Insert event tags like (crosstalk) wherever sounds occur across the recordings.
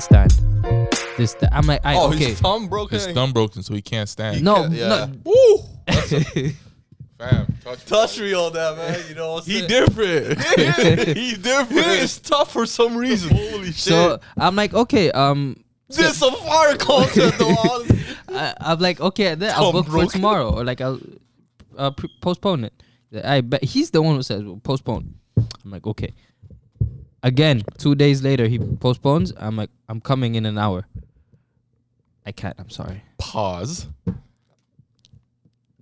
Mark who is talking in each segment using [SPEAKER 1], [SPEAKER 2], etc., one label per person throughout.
[SPEAKER 1] stand. This, th- I'm like, I,
[SPEAKER 2] Oh,
[SPEAKER 1] okay,
[SPEAKER 2] his thumb broken.
[SPEAKER 3] His thumb broken, so he can't stand.
[SPEAKER 1] no,
[SPEAKER 2] can't- yeah.
[SPEAKER 1] no,
[SPEAKER 3] Woo! That's a
[SPEAKER 2] (laughs)
[SPEAKER 3] fam. Touch,
[SPEAKER 2] Touch me on that, man. You know what I'm
[SPEAKER 3] He
[SPEAKER 2] saying? (laughs)
[SPEAKER 3] different. he
[SPEAKER 2] It
[SPEAKER 3] different.
[SPEAKER 2] is tough for some reason. (laughs) Holy shit.
[SPEAKER 1] so I'm like, okay, um,
[SPEAKER 2] this is some fire content, though. honestly.
[SPEAKER 1] I, I'm like, okay, then I'll
[SPEAKER 2] Tom
[SPEAKER 1] book
[SPEAKER 2] Brooke.
[SPEAKER 1] for tomorrow, or like I'll uh, pre- postpone it. I bet he's the one who says well, postpone. I'm like, okay. Again, two days later, he postpones. I'm like, I'm coming in an hour. I can't. I'm sorry.
[SPEAKER 3] (laughs) Pause.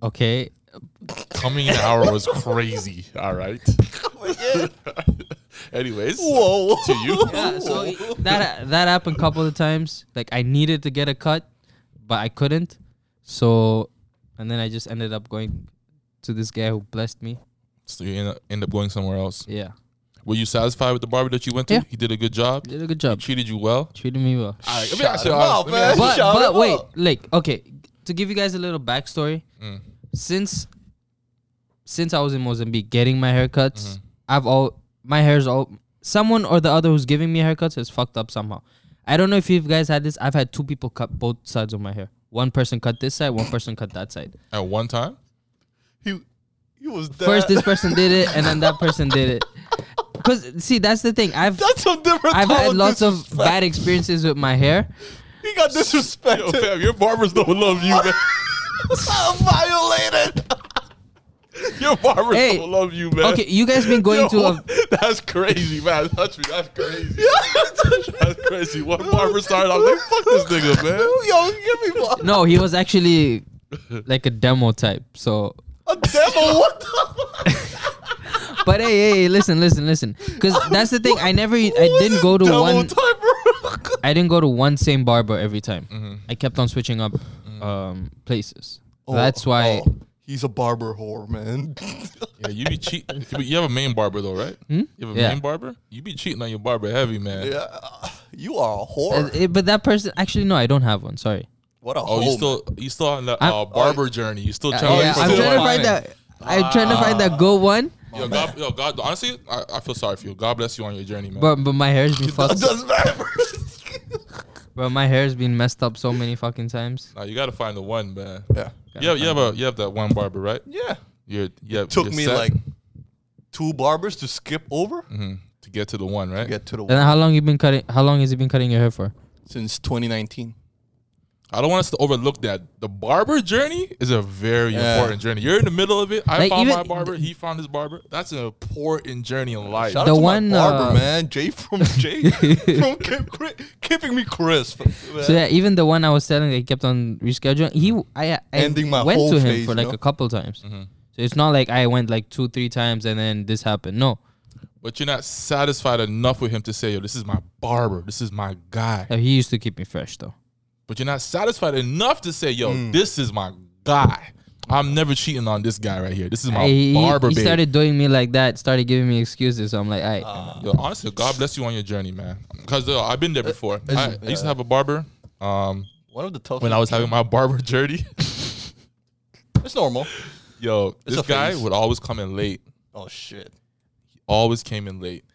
[SPEAKER 1] Okay.
[SPEAKER 2] Mm-hmm.
[SPEAKER 3] Coming in an hour was crazy. (laughs) All right.
[SPEAKER 2] Yeah.
[SPEAKER 3] Anyways,
[SPEAKER 2] Whoa.
[SPEAKER 3] to
[SPEAKER 2] (laughs)
[SPEAKER 3] you.
[SPEAKER 1] Yeah, so that that happened a couple of times. Like I needed to get a cut, but I couldn't. So, and then I just ended up going to this guy who blessed me.
[SPEAKER 3] So you end up, end up going somewhere else.
[SPEAKER 1] Yeah,
[SPEAKER 3] Were you satisfied with the barber that you went to?
[SPEAKER 1] Yeah.
[SPEAKER 3] He did a good job.
[SPEAKER 1] did a good
[SPEAKER 3] He
[SPEAKER 1] job.
[SPEAKER 3] treated you well.
[SPEAKER 1] Treated me well.
[SPEAKER 3] All right, let me
[SPEAKER 2] Shout
[SPEAKER 3] ask you
[SPEAKER 2] him
[SPEAKER 3] honest-
[SPEAKER 2] out,
[SPEAKER 3] let me
[SPEAKER 2] man.
[SPEAKER 3] ask
[SPEAKER 1] (laughs)
[SPEAKER 3] you-
[SPEAKER 1] but
[SPEAKER 2] Shout
[SPEAKER 1] but
[SPEAKER 2] him
[SPEAKER 1] wait,
[SPEAKER 2] out.
[SPEAKER 1] like okay, to give you guys a little backstory,
[SPEAKER 3] Mm.
[SPEAKER 1] since since I was in Mozambique getting my haircuts,
[SPEAKER 2] Mm-hmm.
[SPEAKER 1] I've all my hair's all someone or the other who's giving me haircuts is fucked up somehow. I don't know if you guys had this. I've had two people cut both sides of my hair. One person cut this side, one person cut that side.
[SPEAKER 3] At one time,
[SPEAKER 2] He, he was that.
[SPEAKER 1] First this person did it, and then that person did it. (laughs) Cause see, that's the thing. I've
[SPEAKER 2] (laughs) That's a different
[SPEAKER 1] I've
[SPEAKER 2] type
[SPEAKER 1] had lots of
[SPEAKER 2] disrespect.
[SPEAKER 1] bad experiences with my hair.
[SPEAKER 2] He got
[SPEAKER 3] Yo,
[SPEAKER 2] disrespected.
[SPEAKER 3] fam, your barbers don't love you,
[SPEAKER 2] (laughs)
[SPEAKER 3] man.
[SPEAKER 2] violated.
[SPEAKER 1] (laughs)
[SPEAKER 3] Your barbers
[SPEAKER 1] Hey,
[SPEAKER 3] don't love you, man.
[SPEAKER 1] Okay, you guys been
[SPEAKER 2] (laughs)
[SPEAKER 1] going to a
[SPEAKER 3] that's crazy, man. Touch me. That's
[SPEAKER 2] (laughs)
[SPEAKER 3] crazy. that's crazy. One barber started, I was like, fuck this nigga, man.
[SPEAKER 2] Yo, give me one.
[SPEAKER 1] No, he was actually like a demo type. So,
[SPEAKER 2] A (laughs) devil. What the?
[SPEAKER 1] but hey, hey, hey, listen, listen, listen, because that's the thing. I never, e, I didn't go to
[SPEAKER 2] devil
[SPEAKER 1] one.
[SPEAKER 2] Type of-
[SPEAKER 1] I didn't go to one same barber every time. I kept on switching up um, places. (laughs) that's why.
[SPEAKER 2] Oh, he's a barber whore, man. (laughs)
[SPEAKER 3] Yeah, you be cheating. You have a main barber though, right? You have a
[SPEAKER 1] Hmm? Yeah.
[SPEAKER 3] main barber. You be cheating on your barber heavy, man.
[SPEAKER 2] yeah, you are a
[SPEAKER 1] Uh,
[SPEAKER 2] whore.
[SPEAKER 1] eh, but that person actually no, I don't have one. Sorry.
[SPEAKER 2] What a
[SPEAKER 3] Oh,
[SPEAKER 2] hoe,
[SPEAKER 3] you still you still on the
[SPEAKER 1] I'm-
[SPEAKER 3] uh, barber journey. You still trying
[SPEAKER 1] yeah,
[SPEAKER 3] to
[SPEAKER 1] I'm trying
[SPEAKER 3] find
[SPEAKER 1] to
[SPEAKER 3] one.
[SPEAKER 1] find that. I'm trying to find that go one,
[SPEAKER 3] Yo, God, yo, God, honestly, I, I feel sorry for you. God bless you on your journey, man.
[SPEAKER 1] but but my hair's been
[SPEAKER 2] man. It
[SPEAKER 1] fucked.
[SPEAKER 2] doesn't (laughs) matter.
[SPEAKER 1] But my hair's been messed up so many fucking
[SPEAKER 3] (laughs)
[SPEAKER 1] times.
[SPEAKER 3] Nah, you got to find the one, man.
[SPEAKER 2] yeah,
[SPEAKER 3] You have, you have a you have that one barber, right?
[SPEAKER 2] yeah.
[SPEAKER 3] You're, you have,
[SPEAKER 2] Took
[SPEAKER 3] you're
[SPEAKER 2] me
[SPEAKER 3] set
[SPEAKER 2] like two barbers to skip over.
[SPEAKER 3] to get to the one, right?
[SPEAKER 2] Get Hmm. to the
[SPEAKER 1] And how long you been cutting? How long has he been cutting your hair for?
[SPEAKER 2] since 2019.
[SPEAKER 3] I don't want us to overlook that the barber journey is a very
[SPEAKER 2] Yeah.
[SPEAKER 3] important journey. You're in the middle of it. I
[SPEAKER 1] Like,
[SPEAKER 3] found
[SPEAKER 1] even-
[SPEAKER 3] my barber. He found his barber. That's an important journey in life.
[SPEAKER 2] Shout
[SPEAKER 1] The
[SPEAKER 2] out to
[SPEAKER 1] one,
[SPEAKER 2] my barber,
[SPEAKER 1] uh,
[SPEAKER 2] man, Jay from
[SPEAKER 3] (laughs)
[SPEAKER 2] Jay from keep, cri- keeping me crisp. man.
[SPEAKER 1] So yeah, even the one I was telling, they kept on rescheduling. He, w- I, I
[SPEAKER 2] Ending my
[SPEAKER 1] went
[SPEAKER 2] whole
[SPEAKER 1] to him
[SPEAKER 2] phase,
[SPEAKER 1] for like
[SPEAKER 2] no?
[SPEAKER 1] a couple times.
[SPEAKER 3] Mm-hmm.
[SPEAKER 1] So it's not like I went like two, three times and then this happened. No,
[SPEAKER 3] But you're not satisfied enough with him to say, yo, this is my barber. This is my guy.
[SPEAKER 1] Uh, he used to keep me fresh though.
[SPEAKER 3] But you're not satisfied enough to say, yo,
[SPEAKER 2] Hmm.
[SPEAKER 3] this is my guy. I'm never cheating on this guy right here. This is my
[SPEAKER 1] I- he,
[SPEAKER 3] barber,
[SPEAKER 1] he
[SPEAKER 3] babe.
[SPEAKER 1] started doing me like that, started giving me excuses. So I'm like, I,
[SPEAKER 3] Yo, honestly, God bless you on your journey, man. Because I've been there
[SPEAKER 2] Uh,
[SPEAKER 3] before. I, I used to have a barber. Um,
[SPEAKER 2] One of the toughest.
[SPEAKER 3] when I was having my barber (laughs) journey,
[SPEAKER 2] it's normal.
[SPEAKER 3] yo,
[SPEAKER 2] It's
[SPEAKER 3] this
[SPEAKER 2] a
[SPEAKER 3] guy
[SPEAKER 2] phase.
[SPEAKER 3] would always come in late.
[SPEAKER 2] Oh shit.
[SPEAKER 3] always came in late.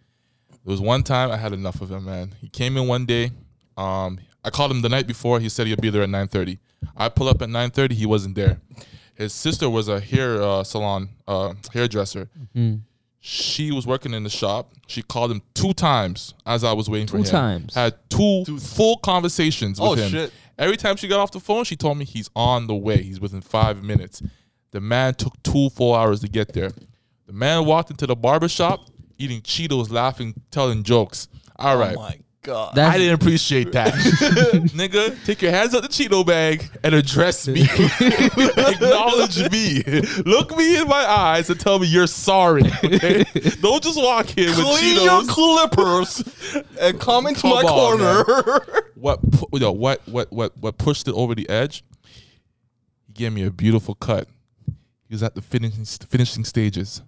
[SPEAKER 3] There was one time I had enough of him, man. He came in one day. Um, I called him the night before. He said he'd be there at 9:30. I pull up at 9:30. He wasn't there. His sister was a hair uh, salon uh, hairdresser.
[SPEAKER 2] Mm-hmm.
[SPEAKER 3] She was working in the shop. She called him two times as I was waiting for
[SPEAKER 1] Two
[SPEAKER 3] him.
[SPEAKER 1] times.
[SPEAKER 3] Had two, full conversations with
[SPEAKER 2] Oh,
[SPEAKER 3] him.
[SPEAKER 2] shit.
[SPEAKER 3] Every time she got off the phone, she told me he's on the way. He's within five minutes. The man took two full hours to get there. The man walked into the barber shop eating Cheetos, laughing, telling jokes. All right.
[SPEAKER 2] Oh my god.
[SPEAKER 1] That-
[SPEAKER 3] I didn't
[SPEAKER 2] (laughs)
[SPEAKER 3] appreciate that. Nigga, take your hands out the Cheeto bag and address
[SPEAKER 2] (laughs)
[SPEAKER 3] me. Acknowledge me. Look me in my eyes and tell me you're sorry. okay? Don't just walk in with
[SPEAKER 2] Clean your
[SPEAKER 3] Cheetos.
[SPEAKER 2] clippers
[SPEAKER 3] (laughs)
[SPEAKER 2] and come into
[SPEAKER 3] Come
[SPEAKER 2] my
[SPEAKER 3] on, man.
[SPEAKER 2] corner.
[SPEAKER 3] (laughs) what pu- yo, what what what what pushed it over the edge? He gave me a beautiful cut. He was at the finishing finishing stages.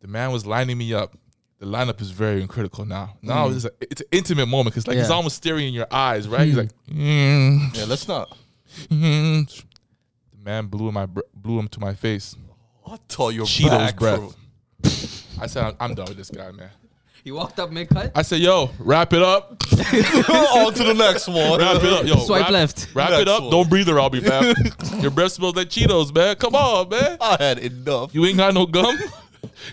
[SPEAKER 3] The man was lining me up. The lineup is very critical now. Now it's, a, it's an intimate moment because like he's
[SPEAKER 1] Yeah.
[SPEAKER 3] almost staring in your eyes, right? He's like, mm,
[SPEAKER 2] yeah, let's not.
[SPEAKER 3] mm. the man blew my br- blew him to my face.
[SPEAKER 2] I'll tell your
[SPEAKER 3] Cheetos
[SPEAKER 2] back,
[SPEAKER 3] breath.
[SPEAKER 2] bro.
[SPEAKER 3] I said, I'm, I'm done with this guy, man.
[SPEAKER 1] He walked up mid cut.
[SPEAKER 3] I said, yo, wrap it up.
[SPEAKER 2] (laughs) on to the
[SPEAKER 3] (laughs)
[SPEAKER 2] next one.
[SPEAKER 3] Wrap it up. Yo,
[SPEAKER 1] Swipe
[SPEAKER 3] wrap,
[SPEAKER 1] left.
[SPEAKER 3] Wrap
[SPEAKER 2] Next
[SPEAKER 3] it up.
[SPEAKER 2] one.
[SPEAKER 3] Don't breathe around
[SPEAKER 2] (laughs)
[SPEAKER 3] me, fam. Your breath smells like Cheetos, man. Come on, man.
[SPEAKER 2] I had enough.
[SPEAKER 3] You ain't got no gum. (laughs)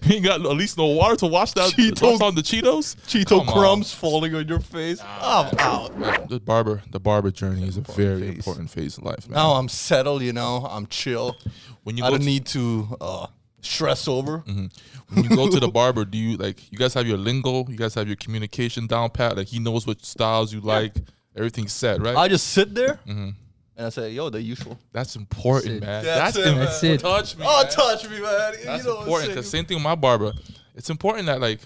[SPEAKER 3] You ain't got no, at least no water to wash down
[SPEAKER 2] Cheetos.
[SPEAKER 3] wash down the Cheetos.
[SPEAKER 2] Cheeto
[SPEAKER 3] Come on.
[SPEAKER 2] crumbs falling on your face. I'm out.
[SPEAKER 3] The barber, the barber journey is a very
[SPEAKER 2] phase.
[SPEAKER 3] important phase of life, man.
[SPEAKER 2] Now I'm settled, you know. I'm chill.
[SPEAKER 3] when you Mm.
[SPEAKER 2] I
[SPEAKER 3] go
[SPEAKER 2] don't
[SPEAKER 3] to,
[SPEAKER 2] need to uh, stress over.
[SPEAKER 3] when you go to the barber, do you like you guys have your lingo? You guys have your communication down pat. Like he knows what styles you like. Everything's set, right?
[SPEAKER 2] I just sit there and I say, yo, the usual.
[SPEAKER 3] That's important,
[SPEAKER 1] That's it.
[SPEAKER 3] man.
[SPEAKER 2] That's
[SPEAKER 3] That's,
[SPEAKER 2] it, man.
[SPEAKER 1] That's it.
[SPEAKER 3] Touch me.
[SPEAKER 2] Oh,
[SPEAKER 3] man.
[SPEAKER 2] touch me, man.
[SPEAKER 3] That's
[SPEAKER 2] you know
[SPEAKER 3] important.
[SPEAKER 2] what I'm
[SPEAKER 3] Because
[SPEAKER 2] saying?
[SPEAKER 3] same thing with my barber. It's important that like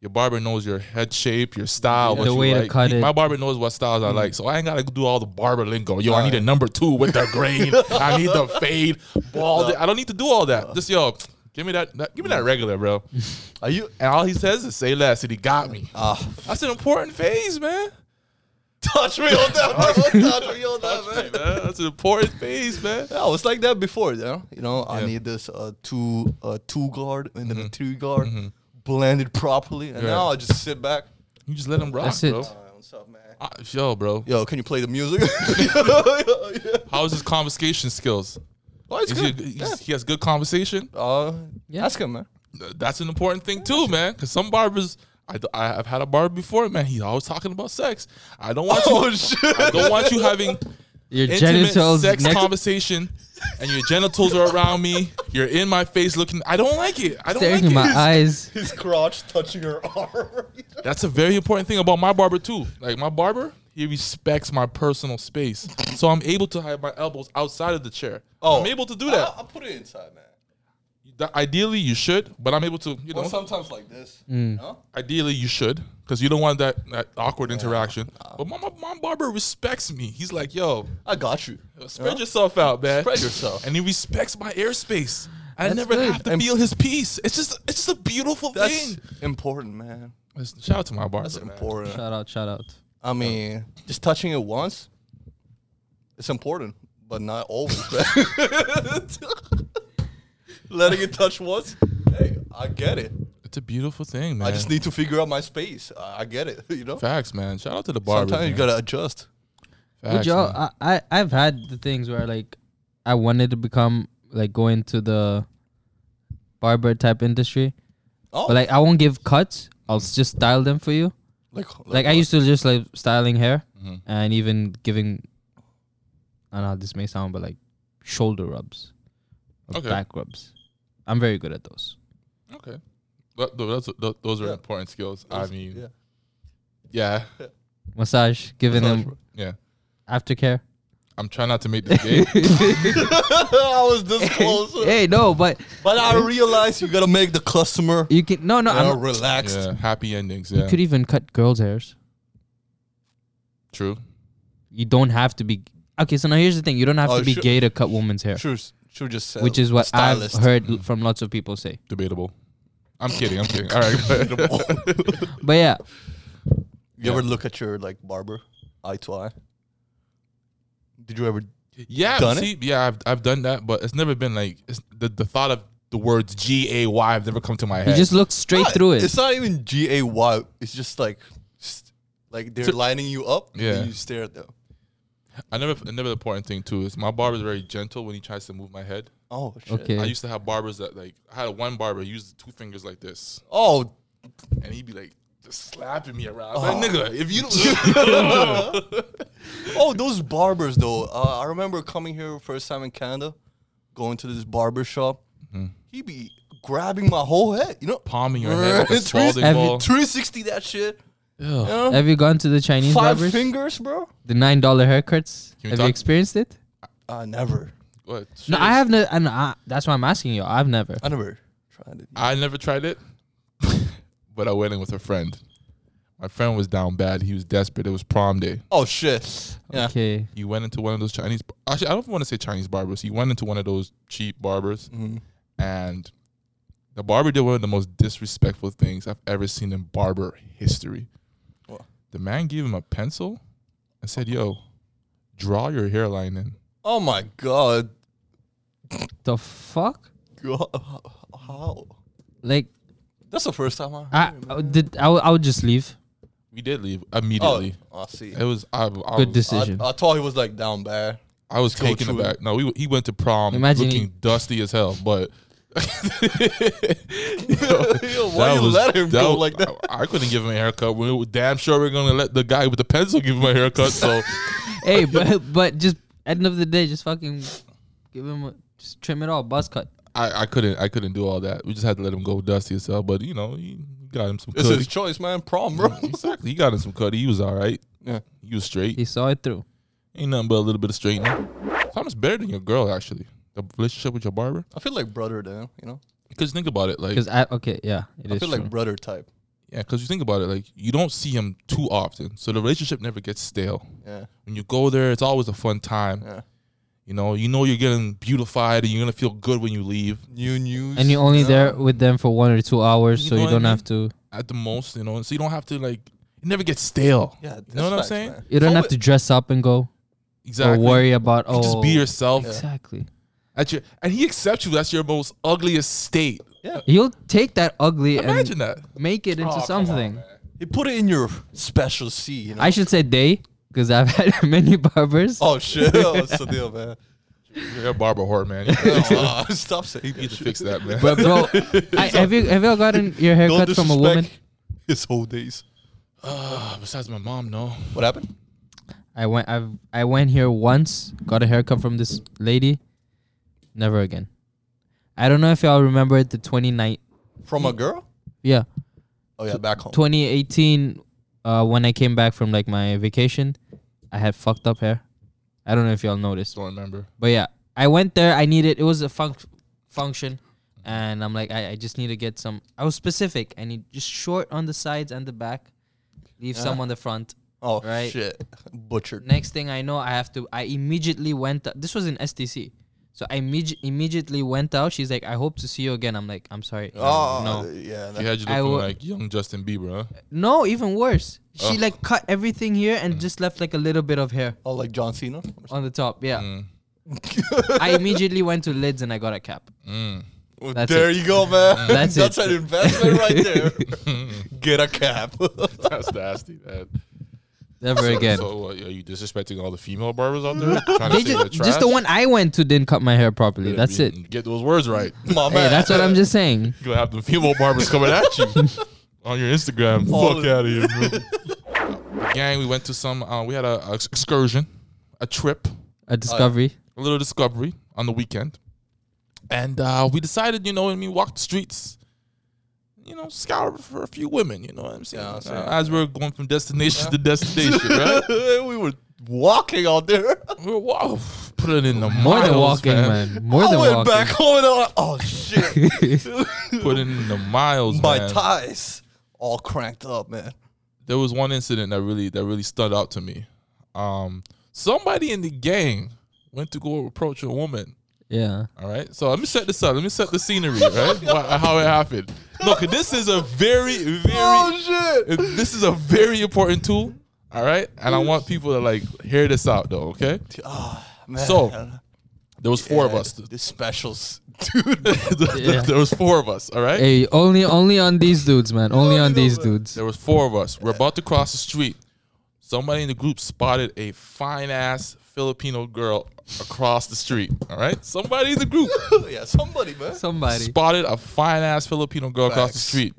[SPEAKER 3] your barber knows your head shape, your style,
[SPEAKER 1] Yeah.
[SPEAKER 3] what
[SPEAKER 1] The
[SPEAKER 3] you
[SPEAKER 1] way to
[SPEAKER 3] like.
[SPEAKER 1] cut
[SPEAKER 3] He-
[SPEAKER 1] it. Mm.
[SPEAKER 3] My barber knows what styles I like, so I ain't gotta do all the barber lingo. Yo, I need a
[SPEAKER 2] Right.
[SPEAKER 3] number two with the
[SPEAKER 1] (laughs)
[SPEAKER 3] grain. I need the fade, bald. I don't need to do all that. Just yo, give me that, that- give me that regular,
[SPEAKER 1] (laughs)
[SPEAKER 3] bro.
[SPEAKER 2] Are you?
[SPEAKER 3] And all he says is say less, and he got me.
[SPEAKER 2] Ah,
[SPEAKER 3] That's an important phase, man.
[SPEAKER 2] (laughs) touch me on (laughs) that, man. touch me on that, man.
[SPEAKER 3] Man, That's an important phase, man.
[SPEAKER 2] Yeah, it's like that before, you know. You know, I
[SPEAKER 3] Yeah. Mm-hmm.
[SPEAKER 2] need this uh, two uh, two guard and then a three guard blended properly, and
[SPEAKER 3] Yeah.
[SPEAKER 2] now I just sit back.
[SPEAKER 3] You just let him rock,
[SPEAKER 1] That's it.
[SPEAKER 3] bro.
[SPEAKER 2] Alright, what's up, man?
[SPEAKER 3] Uh, Yo, bro.
[SPEAKER 2] Yo, can you play the (laughs) music? yeah.
[SPEAKER 3] How's his conversation skills?
[SPEAKER 2] Oh, it's
[SPEAKER 3] Is
[SPEAKER 2] good.
[SPEAKER 3] He,
[SPEAKER 2] yeah.
[SPEAKER 3] he's- he has good conversation.
[SPEAKER 2] Uh,
[SPEAKER 1] Yeah.
[SPEAKER 2] ask him, man.
[SPEAKER 3] Th- That's an important thing too, man. Because some barbers, I, I- I've had a barber before, man. He always talking about sex. I don't want you.
[SPEAKER 2] (laughs) Oh shit!
[SPEAKER 3] I don't want you having
[SPEAKER 1] (laughs) Your
[SPEAKER 3] intimate
[SPEAKER 1] genitals
[SPEAKER 3] sex
[SPEAKER 1] next.
[SPEAKER 3] conversation, and your genitals are around me. You're in my face looking. I don't like it. I
[SPEAKER 1] (laughs)
[SPEAKER 3] don't
[SPEAKER 1] staring
[SPEAKER 3] like
[SPEAKER 1] in
[SPEAKER 3] it.
[SPEAKER 1] my eyes.
[SPEAKER 2] His crotch touching her
[SPEAKER 3] (laughs)
[SPEAKER 2] arm.
[SPEAKER 3] That's a very important thing about my barber too. Like my barber, he respects my personal space, so I'm able to have my elbows outside of the chair.
[SPEAKER 2] Oh.
[SPEAKER 3] I'm able to do
[SPEAKER 2] I,
[SPEAKER 3] that.
[SPEAKER 2] I put it inside, man.
[SPEAKER 3] Ideally, you should, but I'm able to. You know,
[SPEAKER 2] Well, sometimes like this.
[SPEAKER 1] Mm.
[SPEAKER 2] No?
[SPEAKER 3] ideally you should because you don't want that, that awkward interaction but my, my, my barber respects me he's like yo
[SPEAKER 2] I got you.
[SPEAKER 3] spread yourself out man
[SPEAKER 2] Spread yourself.
[SPEAKER 3] and he respects my airspace i
[SPEAKER 1] That's
[SPEAKER 3] never
[SPEAKER 1] good.
[SPEAKER 3] have to
[SPEAKER 2] And-
[SPEAKER 3] feel his peace it's just it's just a beautiful
[SPEAKER 2] That's
[SPEAKER 3] thing
[SPEAKER 2] important, man.
[SPEAKER 3] Listen, shout out to my barber
[SPEAKER 2] That's
[SPEAKER 3] man.
[SPEAKER 2] important.
[SPEAKER 1] Shout out, shout out.
[SPEAKER 2] I mean, just touching it once, it's important, but not always. man. (laughs) Letting it touch once, hey, I get it.
[SPEAKER 3] it's a beautiful thing man
[SPEAKER 2] I just need to figure out my space. I, I get it, (laughs) you know.
[SPEAKER 3] facts man shout out to the barber
[SPEAKER 2] Sometimes you gotta adjust.
[SPEAKER 1] Would y'all, I, I, I've had the things where like I wanted to become like go into the barber type industry,
[SPEAKER 2] Oh,
[SPEAKER 1] but like I won't give cuts. I'll s- just style them for you.
[SPEAKER 2] like,
[SPEAKER 1] Like I used to just like styling hair and even giving. I don't know how this may sound, but like shoulder rubs, or
[SPEAKER 3] Okay.
[SPEAKER 1] back rubs. I'm very good at those.
[SPEAKER 3] Mm-hmm. okay But tho- those, tho- those are
[SPEAKER 2] Yeah.
[SPEAKER 3] important skills i mean
[SPEAKER 2] yeah. (laughs)
[SPEAKER 3] yeah.
[SPEAKER 1] Massage, giving
[SPEAKER 2] Massage,
[SPEAKER 1] them
[SPEAKER 2] bro.
[SPEAKER 3] yeah
[SPEAKER 2] (laughs)
[SPEAKER 1] aftercare.
[SPEAKER 3] i'm trying not to make this gay
[SPEAKER 2] I was this
[SPEAKER 1] (laughs)
[SPEAKER 2] close,
[SPEAKER 1] hey, no, but
[SPEAKER 2] but I realized you gotta make the customer
[SPEAKER 1] you can no, no.
[SPEAKER 2] uh,
[SPEAKER 1] I'm,
[SPEAKER 2] relaxed.
[SPEAKER 3] yeah happy endings yeah
[SPEAKER 1] you
[SPEAKER 2] e-
[SPEAKER 1] could even cut girls' hairs.
[SPEAKER 3] true
[SPEAKER 1] You don't have to be okay. So now here's the thing: you don't have
[SPEAKER 2] Oh,
[SPEAKER 1] to be
[SPEAKER 2] sure.
[SPEAKER 1] gay to cut women's hair,
[SPEAKER 2] Sure, sure, just said
[SPEAKER 1] which is what
[SPEAKER 2] stylist.
[SPEAKER 1] I've
[SPEAKER 2] (laughs)
[SPEAKER 1] heard l- from lots of people say.
[SPEAKER 3] Debatable. I'm kidding. I'm kidding.
[SPEAKER 2] (laughs)
[SPEAKER 3] All right. go ahead.
[SPEAKER 1] But yeah,
[SPEAKER 2] You ever look at your like barber eye to eye? Did you ever?
[SPEAKER 3] (laughs) yeah.
[SPEAKER 2] Done it?
[SPEAKER 3] see, yeah, I've I've done that, but it's never been like it's the the thought of the words G A Y have never come to my
[SPEAKER 1] you
[SPEAKER 3] head.
[SPEAKER 1] just look straight through it.
[SPEAKER 2] It's not even G A Y. It's just like, st- like they're lining you up.
[SPEAKER 3] Yeah.
[SPEAKER 2] And you stare at them.
[SPEAKER 3] I never another important thing too is my barber's very gentle when he tries to move my head.
[SPEAKER 2] Oh shit.
[SPEAKER 1] Okay,
[SPEAKER 3] I used to have barbers that like I had one barber use two fingers like this,
[SPEAKER 2] Oh,
[SPEAKER 3] and he'd be like just slapping me around.
[SPEAKER 1] Oh.
[SPEAKER 3] I'm Like nigga, if
[SPEAKER 1] (laughs)
[SPEAKER 3] you (laughs) don't
[SPEAKER 2] oh, those barbers though. Uh, I remember coming here first time in Canada, going to this barber shop.
[SPEAKER 1] Mm-hmm.
[SPEAKER 2] He be grabbing my whole head. You know,
[SPEAKER 3] palming your head like a
[SPEAKER 2] It's really-
[SPEAKER 3] Spalding
[SPEAKER 1] Every-
[SPEAKER 3] ball.
[SPEAKER 2] three sixty that shit.
[SPEAKER 3] Ugh.
[SPEAKER 2] You know?
[SPEAKER 1] have you gone to the Chinese
[SPEAKER 2] Five
[SPEAKER 1] barbers?
[SPEAKER 2] fingers, bro.
[SPEAKER 1] the nine dollar haircuts.
[SPEAKER 3] Can we
[SPEAKER 1] Have you
[SPEAKER 3] talk-
[SPEAKER 1] experienced it?
[SPEAKER 2] Uh, never.
[SPEAKER 3] What?
[SPEAKER 1] No, I have no, and I, that's why I'm asking you. I've never.
[SPEAKER 3] Uh,
[SPEAKER 2] I never tried it.
[SPEAKER 3] I never tried it, (laughs) but I went in with a friend. My friend was down bad. He was desperate. It was prom day.
[SPEAKER 2] Oh shit. Yeah.
[SPEAKER 1] Okay,
[SPEAKER 3] He went into one of those Chinese. Actually, I don't want to say Chinese barbers. He went into one of those cheap barbers,
[SPEAKER 2] Mm-hmm.
[SPEAKER 3] and the barber did one of the most disrespectful things I've ever seen in barber history.
[SPEAKER 2] What?
[SPEAKER 3] The man gave him a pencil and said, "Yo, draw your hairline in."
[SPEAKER 2] Oh my god.
[SPEAKER 1] the fuck?
[SPEAKER 2] God. How?
[SPEAKER 1] Like
[SPEAKER 2] That's the first time. I,
[SPEAKER 1] I I did. I would I would just leave.
[SPEAKER 3] We did leave
[SPEAKER 2] oh,
[SPEAKER 3] immediately.
[SPEAKER 2] I see.
[SPEAKER 3] It was I, I
[SPEAKER 1] Good
[SPEAKER 3] was,
[SPEAKER 1] decision.
[SPEAKER 2] I, I thought he was like down bad. (laughs)
[SPEAKER 3] I was
[SPEAKER 2] Coach
[SPEAKER 3] taken
[SPEAKER 2] would-
[SPEAKER 3] aback. No, we, he went to prom
[SPEAKER 1] Imagine
[SPEAKER 3] looking
[SPEAKER 1] he-
[SPEAKER 3] dusty as hell, but.
[SPEAKER 2] Yo, (laughs) why you let him go like that?
[SPEAKER 3] I, I couldn't give him a haircut. We were damn sure we are gonna let the guy with the pencil give him a haircut.
[SPEAKER 2] (laughs)
[SPEAKER 3] So
[SPEAKER 1] hey, but but just at the end of the day, just fucking give him a, just trim it all, buzz cut.
[SPEAKER 3] I, I couldn't I couldn't do all that. We just had to let him go dusty as hell. But you know, he got him some
[SPEAKER 2] It's
[SPEAKER 3] cutty.
[SPEAKER 2] his choice, man. Prom, bro.
[SPEAKER 3] (laughs) exactly. He got him some cutty. He was all right.
[SPEAKER 2] (laughs) Yeah.
[SPEAKER 3] He was straight.
[SPEAKER 1] He saw it through.
[SPEAKER 3] Ain't nothing but a little bit of straightening. So much better than your girl actually. The relationship with your barber.
[SPEAKER 2] I feel like brother, though. You know,
[SPEAKER 3] Because think about it, like
[SPEAKER 1] Cause I okay yeah it is
[SPEAKER 2] I feel
[SPEAKER 1] true.
[SPEAKER 2] like brother type.
[SPEAKER 3] yeah, because you think about it, like you don't see him too often, so the relationship never gets stale.
[SPEAKER 2] Yeah,
[SPEAKER 3] When you go there, it's always a fun time.
[SPEAKER 2] yeah.
[SPEAKER 3] You know, you know you're getting beautified, and you're gonna feel good when you leave.
[SPEAKER 2] New news.
[SPEAKER 1] and you're only
[SPEAKER 3] uh,
[SPEAKER 2] you know?
[SPEAKER 1] there with them for one or two hours,
[SPEAKER 3] You
[SPEAKER 1] so
[SPEAKER 3] know
[SPEAKER 1] you
[SPEAKER 3] what I
[SPEAKER 1] don't
[SPEAKER 3] mean?
[SPEAKER 1] have to
[SPEAKER 3] At the most, you know, so you don't have to like. It never gets stale.
[SPEAKER 2] Yeah,
[SPEAKER 3] you know what
[SPEAKER 2] that's
[SPEAKER 3] I'm
[SPEAKER 2] facts,
[SPEAKER 3] saying?
[SPEAKER 2] man.
[SPEAKER 1] you don't
[SPEAKER 2] It's
[SPEAKER 1] have to
[SPEAKER 2] always-
[SPEAKER 1] dress up and go
[SPEAKER 3] Exactly.
[SPEAKER 1] or worry about
[SPEAKER 3] You
[SPEAKER 1] oh
[SPEAKER 3] Just be yourself.
[SPEAKER 1] exactly.
[SPEAKER 3] At your, and he accepts you. That's your most ugliest state.
[SPEAKER 1] You'll take that ugly
[SPEAKER 3] Imagine that.
[SPEAKER 1] and make it into
[SPEAKER 3] Oh, come on,
[SPEAKER 1] something.
[SPEAKER 3] man.
[SPEAKER 2] He put it in your special C. You know?
[SPEAKER 1] I should say they, because I've (laughs) had many barbers.
[SPEAKER 2] oh (laughs)
[SPEAKER 1] (laughs)
[SPEAKER 2] shit! Oh, it's a deal, man.
[SPEAKER 3] You're a barber whore, man. You
[SPEAKER 2] No, uh, (laughs) stop saying
[SPEAKER 3] need
[SPEAKER 2] that
[SPEAKER 3] to
[SPEAKER 2] shit.
[SPEAKER 3] (laughs) fix that, man. (laughs)
[SPEAKER 1] But bro, I, have you have you all gotten your
[SPEAKER 2] Don't
[SPEAKER 1] haircut from a woman?
[SPEAKER 2] disrespect (laughs) His whole days.
[SPEAKER 3] Uh, besides my mom, no.
[SPEAKER 2] What happened?
[SPEAKER 1] I went I've I went here once, got a haircut from this lady. Never again. I don't know if y'all remember the 29
[SPEAKER 2] From a girl?
[SPEAKER 1] yeah,
[SPEAKER 2] Oh yeah, back home.
[SPEAKER 1] 2018 uh when I came back from like my vacation, I had fucked up hair. I don't know if y'all noticed.
[SPEAKER 3] Don't remember.
[SPEAKER 1] But yeah, I went there, I needed it was a func- function and I'm like I, I just need to get some I was specific. I need just short on the sides and the back. Leave some
[SPEAKER 3] Uh-huh.
[SPEAKER 2] Yeah.
[SPEAKER 1] on the front.
[SPEAKER 2] oh
[SPEAKER 1] right.
[SPEAKER 2] shit, (laughs) butchered.
[SPEAKER 1] Next thing I know, I have to. I immediately went. This was in STC, so I imme- immediately went out. She's like, "I hope to see you again." I'm like, "I'm sorry." No,
[SPEAKER 2] Oh
[SPEAKER 1] no,
[SPEAKER 2] yeah.
[SPEAKER 3] She
[SPEAKER 2] That,
[SPEAKER 3] had you
[SPEAKER 1] I
[SPEAKER 3] looking
[SPEAKER 1] wa-
[SPEAKER 3] like young Justin Bieber, huh?
[SPEAKER 1] no, even worse. She
[SPEAKER 3] Ugh. Mm.
[SPEAKER 1] like cut everything here and just left like a little bit of hair
[SPEAKER 2] oh, like John Cena. or
[SPEAKER 1] on the top. Yeah,
[SPEAKER 3] Mm,
[SPEAKER 1] I immediately went to lids and I got a cap.
[SPEAKER 3] mm.
[SPEAKER 2] Well,
[SPEAKER 1] That's
[SPEAKER 2] there you go,
[SPEAKER 1] (laughs)
[SPEAKER 2] man.
[SPEAKER 1] That's
[SPEAKER 2] That's,
[SPEAKER 1] it.
[SPEAKER 2] an investment right
[SPEAKER 1] (laughs)
[SPEAKER 2] there. Get a cap.
[SPEAKER 3] (laughs)
[SPEAKER 2] (laughs)
[SPEAKER 3] That's nasty, man.
[SPEAKER 1] Never again.
[SPEAKER 3] (laughs) So, what, are you disrespecting all the female barbers out there? (laughs) Trying
[SPEAKER 1] They
[SPEAKER 3] say
[SPEAKER 1] ju-
[SPEAKER 3] they're
[SPEAKER 1] just the one
[SPEAKER 3] trash?
[SPEAKER 1] I went to didn't cut my hair properly.
[SPEAKER 3] Better
[SPEAKER 1] That's
[SPEAKER 3] be-
[SPEAKER 1] it.
[SPEAKER 3] Get those words right.
[SPEAKER 2] My
[SPEAKER 1] Hey,
[SPEAKER 2] man.
[SPEAKER 1] that's what I'm just saying.
[SPEAKER 3] You're gonna have the female barbers coming at (laughs) you on your Instagram.
[SPEAKER 2] All
[SPEAKER 3] Fuck
[SPEAKER 2] the-
[SPEAKER 3] out of here, bro. the gang, we went to some. Uh, we had a, a ex- excursion, a trip,
[SPEAKER 1] A discovery.
[SPEAKER 3] a little discovery on the weekend, and uh, we decided, you know, what I mean, walk the streets, you know, scour for a few women. You know what I'm saying?
[SPEAKER 2] Yeah, I see.
[SPEAKER 3] Uh, as we we're going from destination
[SPEAKER 1] (laughs)
[SPEAKER 3] to destination, right?
[SPEAKER 2] (laughs) we were walking out there.
[SPEAKER 3] We were wow, put it in the
[SPEAKER 1] (laughs) More than
[SPEAKER 3] miles,
[SPEAKER 1] walking, man. (laughs)
[SPEAKER 3] (laughs)
[SPEAKER 1] More
[SPEAKER 2] I
[SPEAKER 1] than
[SPEAKER 2] went
[SPEAKER 1] walking.
[SPEAKER 2] back home and I'm like,
[SPEAKER 1] (laughs)
[SPEAKER 2] oh shit,
[SPEAKER 3] Put it in the miles,
[SPEAKER 2] my
[SPEAKER 3] man.
[SPEAKER 2] ties all cranked up, man.
[SPEAKER 3] there was one incident that really that really stood out to me. Um, somebody in the gang went to go approach a woman.
[SPEAKER 1] Yeah.
[SPEAKER 3] All right, so let me set this up. Let me set the
[SPEAKER 1] (laughs)
[SPEAKER 3] scenery, right? Wha- how it happened. Look, this is a very, very,
[SPEAKER 2] Oh shit.
[SPEAKER 3] this is a very important tool. All right, and I want people to like hear this out though. Okay,
[SPEAKER 2] Oh, man.
[SPEAKER 3] So, there was four of
[SPEAKER 2] Yeah,
[SPEAKER 3] us.
[SPEAKER 2] The specials, (laughs) dude.
[SPEAKER 1] Yeah.
[SPEAKER 3] (laughs) there was four of us. All right,
[SPEAKER 1] Hey, only only on these dudes, man. Only on these dudes.
[SPEAKER 3] There was four of us. We're about to cross the street. Somebody in the group spotted a fine ass Filipino girl across the street. All right, somebody in the group
[SPEAKER 2] (laughs) yeah, somebody, man.
[SPEAKER 1] Somebody.
[SPEAKER 3] spotted a fine ass Filipino girl across the
[SPEAKER 2] Facts.
[SPEAKER 3] street,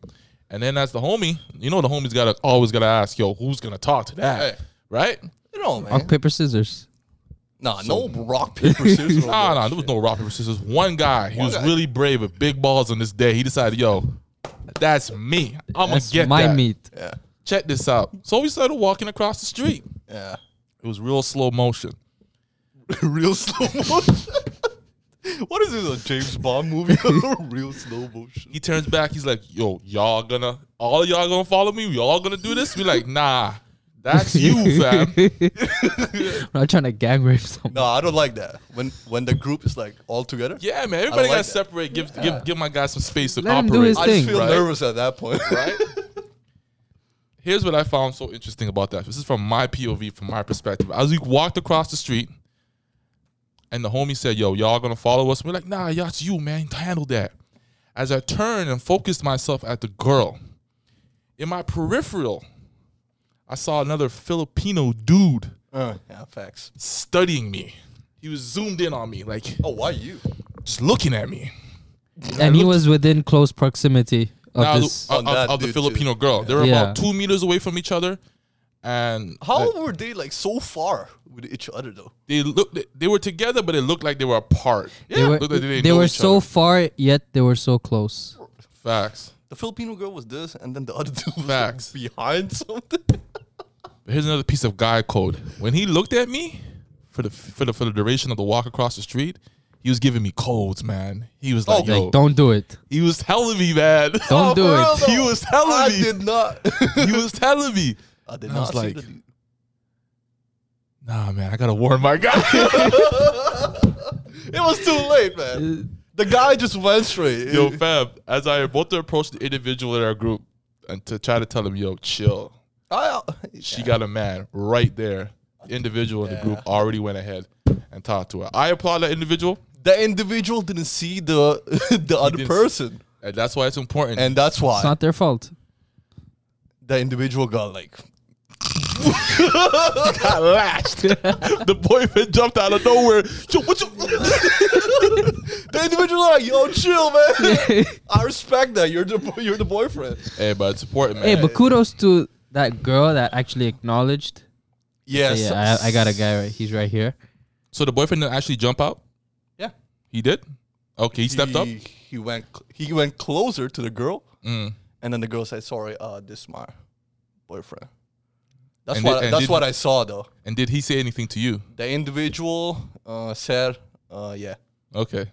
[SPEAKER 3] and then as the homie, you know the homie's gotta always gotta ask, yo, who's gonna talk to that,
[SPEAKER 2] Hey.
[SPEAKER 3] right?
[SPEAKER 2] you know, man.
[SPEAKER 1] Rock, paper, scissors.
[SPEAKER 2] Nah, no rock
[SPEAKER 3] (laughs)
[SPEAKER 2] paper scissors.
[SPEAKER 3] Nah, nah, there was no rock paper scissors. One guy, he was
[SPEAKER 2] guy.
[SPEAKER 3] really brave with big balls on this day. He decided, yo, that's me. I'm gonna
[SPEAKER 1] That's
[SPEAKER 3] get
[SPEAKER 1] my
[SPEAKER 3] that.
[SPEAKER 1] meat.
[SPEAKER 2] Yeah,
[SPEAKER 3] Check this out. So we started walking across the street.
[SPEAKER 2] yeah. (laughs)
[SPEAKER 3] It was real slow motion.
[SPEAKER 2] Real slow motion. (laughs) what is this? A James Bond movie? (laughs) Real slow motion.
[SPEAKER 3] He turns back. He's like, "Yo, y'all gonna all y'all gonna follow me? Y'all gonna do this?" We like, "Nah,
[SPEAKER 1] (laughs)
[SPEAKER 3] that's you, fam."
[SPEAKER 1] I'm not trying to gang rape someone.
[SPEAKER 2] No, I don't like that. When when the group is like all together,
[SPEAKER 3] Yeah, man.
[SPEAKER 2] I
[SPEAKER 3] Everybody
[SPEAKER 2] like
[SPEAKER 3] gotta
[SPEAKER 2] that.
[SPEAKER 3] separate. Give give give my guy some space to
[SPEAKER 1] Let him
[SPEAKER 3] operate.
[SPEAKER 1] do his
[SPEAKER 2] I
[SPEAKER 1] thing.
[SPEAKER 2] just feel
[SPEAKER 3] Right.
[SPEAKER 2] nervous at that point.
[SPEAKER 3] (laughs) right? Here's what I found so interesting about that. This is from my POV, from my perspective. As we walked across the street, and the homie said, "Yo, y'all gonna follow us?" We're like, "Nah, yeah, it's you, man. Handle that." As I turned and focused myself at the girl, in my peripheral, I saw another Filipino dude
[SPEAKER 2] (laughs) Uh, yeah, facts.
[SPEAKER 3] studying me. He was zoomed in on me, like
[SPEAKER 2] Oh, why you?
[SPEAKER 3] just looking at me.
[SPEAKER 1] and he was within close proximity of
[SPEAKER 3] Now,
[SPEAKER 1] this.
[SPEAKER 3] of,
[SPEAKER 2] Oh, that
[SPEAKER 3] of, of the
[SPEAKER 2] dude
[SPEAKER 3] Filipino
[SPEAKER 2] too.
[SPEAKER 3] girl, they were
[SPEAKER 1] Yeah.
[SPEAKER 3] about two meters away from each other, and
[SPEAKER 2] How
[SPEAKER 3] like,
[SPEAKER 2] were they like so far with each other though?
[SPEAKER 3] they looked. They were together, but it looked like they were apart.
[SPEAKER 1] they were,
[SPEAKER 3] looked like didn't
[SPEAKER 1] they
[SPEAKER 3] know
[SPEAKER 1] were
[SPEAKER 3] each
[SPEAKER 1] so
[SPEAKER 3] other.
[SPEAKER 1] far, yet they were so close.
[SPEAKER 3] facts.
[SPEAKER 2] The Filipino girl was this, and then the other (laughs) dude was like,
[SPEAKER 3] Facts.
[SPEAKER 2] behind something.
[SPEAKER 3] But here's another piece of guy code. When he looked at me for the for the for the duration of the walk across the street, he was giving me codes, man. He was like,
[SPEAKER 2] Oh,
[SPEAKER 3] "Yo,"
[SPEAKER 1] Like, don't do it.
[SPEAKER 3] he was telling me, man.
[SPEAKER 1] (laughs) Don't do
[SPEAKER 3] (laughs)
[SPEAKER 2] for
[SPEAKER 1] it.
[SPEAKER 2] real,
[SPEAKER 3] he
[SPEAKER 2] though.
[SPEAKER 3] was telling
[SPEAKER 2] I
[SPEAKER 3] me.
[SPEAKER 2] did
[SPEAKER 3] (laughs)
[SPEAKER 2] not.
[SPEAKER 3] He was telling me.
[SPEAKER 2] I did
[SPEAKER 3] I
[SPEAKER 2] not.
[SPEAKER 3] was
[SPEAKER 2] see
[SPEAKER 3] like-
[SPEAKER 2] the dude.
[SPEAKER 3] Nah, man, I gotta warn my (laughs) guy.
[SPEAKER 2] it was too late, man. The guy just went straight.
[SPEAKER 3] yo,
[SPEAKER 2] It-
[SPEAKER 3] fam. As I about to approach the individual in our group and to try to tell him, yo, chill.
[SPEAKER 2] I, uh,
[SPEAKER 3] She got a man right there. Individual in the group already went ahead and talked to her. I applaud that individual,
[SPEAKER 2] the individual didn't see the (laughs) the other
[SPEAKER 3] didn't see-
[SPEAKER 2] person,
[SPEAKER 3] and that's why it's important.
[SPEAKER 2] and that's why
[SPEAKER 1] It's not their fault.
[SPEAKER 2] the individual got like
[SPEAKER 3] (laughs) got
[SPEAKER 2] (laughs)
[SPEAKER 3] lashed. the boyfriend jumped out of nowhere. Yo, what you?
[SPEAKER 2] the individual like yo
[SPEAKER 1] (laughs)
[SPEAKER 2] chill man. I respect that you're the bo- you're the boyfriend.
[SPEAKER 3] hey, but it's important, man.
[SPEAKER 1] Hey, but kudos to that girl that actually acknowledged.
[SPEAKER 2] Yes,
[SPEAKER 1] Yeah, I, I got a guy right. He's right here.
[SPEAKER 3] so the boyfriend didn't actually jump out.
[SPEAKER 2] Yeah.
[SPEAKER 3] He did. Okay, he stepped up.
[SPEAKER 2] He- He went cl- he went closer to the girl,
[SPEAKER 3] Mm.
[SPEAKER 2] and then the girl said, "Sorry, uh, this is my boyfriend." That's
[SPEAKER 3] And
[SPEAKER 2] what
[SPEAKER 3] did- and
[SPEAKER 2] that's
[SPEAKER 3] did-
[SPEAKER 2] what I saw though.
[SPEAKER 3] And did he say anything to you?
[SPEAKER 2] The individual uh, said, uh, "Yeah,
[SPEAKER 3] Okay.